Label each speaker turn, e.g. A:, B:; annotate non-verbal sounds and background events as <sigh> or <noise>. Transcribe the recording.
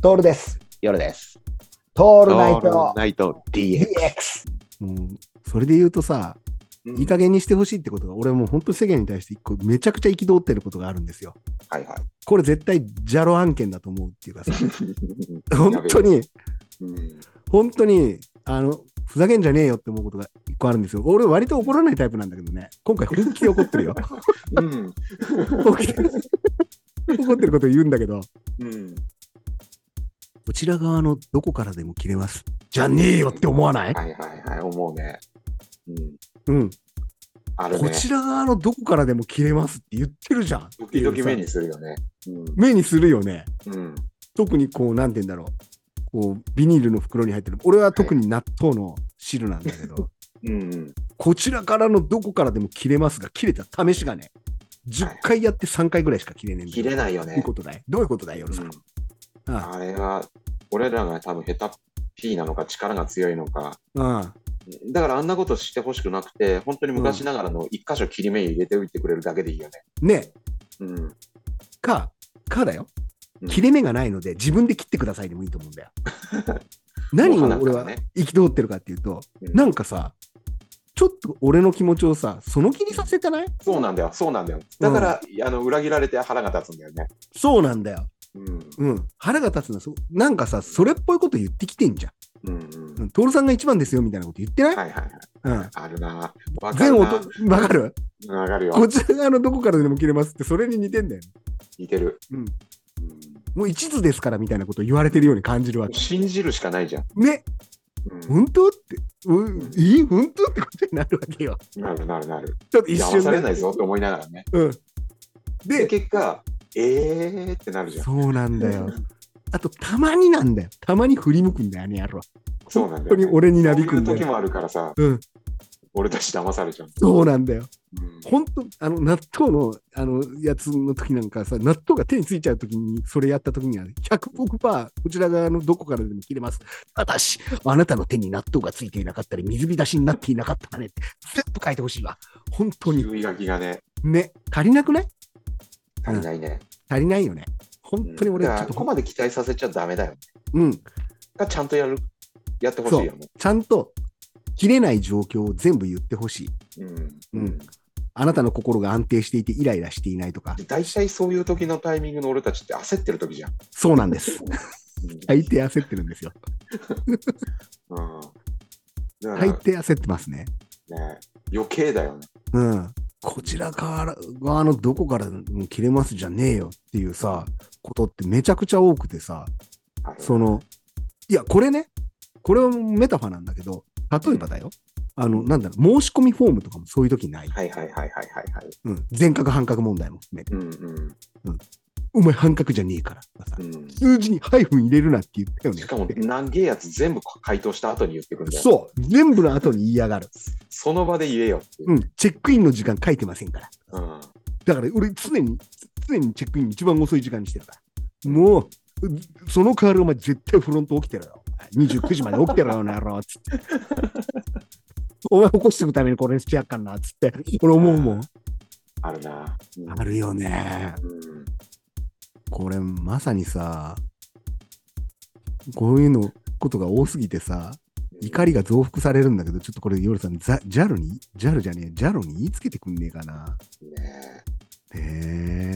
A: トールです。
B: 夜です。
A: ト
B: オ
A: ールナイト
B: ナイト
A: DX。
B: DX。
C: うん、それで言うとさ、いい加減にしてほしいってことが、俺もう本当に世間に対して一個めちゃくちゃ憤ってることがあるんですよ。
B: はいはい。
C: これ絶対ジャロ案件だと思うっていうか
A: <laughs>
C: さ、本当に、
B: うん
C: 本当に、あの、ふざけんじゃねえよって思うことが一個あるんですよ。俺割と怒らないタイプなんだけどね、今回本気で怒っ
A: <laughs>
C: てるよ。
B: うん。
C: 本気で怒ってること言うんだけど、
B: うん。
C: こちら側のどこからでも切れます。じゃねえよって思わない
B: はいはいはい、思うね。うん。
C: うん。
B: ある
C: こ
B: ね。
C: ちら側のどこからでも切れますって言ってるじゃん。
B: 時々目にするよね。う
C: 目にするよね。
B: ん。うん。
C: 特にこう、なんて言うんだろう。こう、ビニールの袋に入ってる。俺は特に納豆の汁なんだけど、
B: うん。 <laughs>
C: こちらからのどこからでも切れますが、切れた試しがね、10回やって3回ぐらいしか切れねえんだ
B: 切
C: よ。
B: れないよ
C: どういう
B: ね。
C: ことだいどういうことだい、夜さん。あ
B: あれは、俺らが多分下手っぴーなのか、力が強いのか。
C: あ
B: だからあんなことしてほしくなくて、本当に昔ながらの一箇所切り目入れておいてくれるだけでいいよね。
C: ね
B: うん。
C: か、かだよ
B: う。ん
C: 切れ目がないので、自分で切ってくださいでもいいと思うんだ
B: <laughs>
C: よ。何を俺は憤ってるかっていうと、
B: うん
C: なんかさ、ちょっと俺の気持ちをさ、その気にさせてない
B: そうなんだよ、そうなんだよ。だから、あの裏切られて腹が立つんだよね。
C: そうなんだよ。
B: うん。
C: うん、腹が立つのはそうなんかさ、それっぽいこと言ってきてんじゃん。
B: うんう。
C: うんん、徹さんが一番ですよみたいなこと言ってない、
B: はいはいはい。
C: うん。
B: あるな。わか
C: 全
B: る
C: 音、
B: な。
C: わかる
B: わかるよ。
C: こちら側のどこからでも切れますって、それに似てんだよ。
B: 似てる。
C: うん。
B: うん
C: もう一途ですからみたいなこと言われてるように感じるわけ。
B: 信じるしかないじゃん。
C: ね、
B: う
C: 本当って、うん、いい本当ってことになるわけよ。
B: ん。なるなるなる。
C: ちょっと一
B: 騙
C: 瞬
B: され
C: で。
B: ないぞって思いながらね。
C: うん。
B: で、
C: で、
B: 結果、えーってなるじゃん。
C: そうなんだよ。あと、たまになんだよ。たまに振り向くんだよ、あの野郎。
B: そうなん
C: 本
B: だ
C: 当
B: よ
C: に
B: ね。
C: 俺になび
B: そう
C: く
B: い
C: ん
B: う
C: だ
B: 時
C: よ。
B: もあるからさ、
C: うん
B: 俺たち騙されちゃう。
C: そうなんだよ。
B: うん
C: 本当あの納豆のあのやつの時なんかさ納豆が手についちゃう時にそれやった時には100億パーこちら側のどこからでも切れますただしあなたの手に納豆がついていなかったり水浸しになっていなかったらねって全部書いてほしいわ本当に
B: 注意書きがね、
C: ね足りなくない
B: 足りないね。
C: 足りないよね本当に俺
B: う
C: ちょ
B: んだか
C: っ
B: ら
C: と
B: ここ
C: ほ
B: まで期待させちゃダメだよ。
C: うん
B: がちゃんとやる、やってほしいよね。
C: ちゃんと切れない状況を全部言ってほしい
B: うん。
C: うんあなたの心が安定していてイライラしていないとか
B: で大体そういう時のタイミングの俺たちって焦ってる時じゃん。
C: そうなん
B: <laughs>
C: です大抵焦ってるんですよ
B: うん。だから
C: 大抵焦ってますね
B: ね、余計だよね。
C: うん、こちらから側のどこからでも切れますじゃねえよっていうさことってめちゃくちゃ多くてさ
B: あれ
C: そのいやこれねこれはメタファーなんだけど例えばだよ、あのなんだろう申し込みフォームとかもそういう時ない、
B: はいはいはいはいはいはい。
C: うん、全角半角問題も含めて
B: うんうん
C: お前半角じゃねえからとかさ
B: うん。
C: 数字にハイフン入れるなって言ったよね
B: しかも
C: って、
B: 長えやつ全部回答した後に言ってくるんだよ。
C: そう全部の後に言いやがる、
B: その場で言えよっていう
C: う。ん、チェックインの時間書いてませんから
B: うん。
C: だから俺常に、常にチェックイン一番遅い時間にしてるから。もう、うその代わりお前絶対フロント起きてろよ。29時まで起きてろよ、なろつって。 <laughs> お前起こしてくためにこれにしてやっかんな、つって。俺思うもん。
B: あるな。うん
C: あるよね。
B: うん
C: これまさにさ、こういうの、ことが多すぎてさ、怒りが増幅されるんだけど、ちょっとこれ、夜さん、ザ JAL に、JAL じゃねえ、JAL に言いつけてくんねえかな。
B: ね
C: ねえ。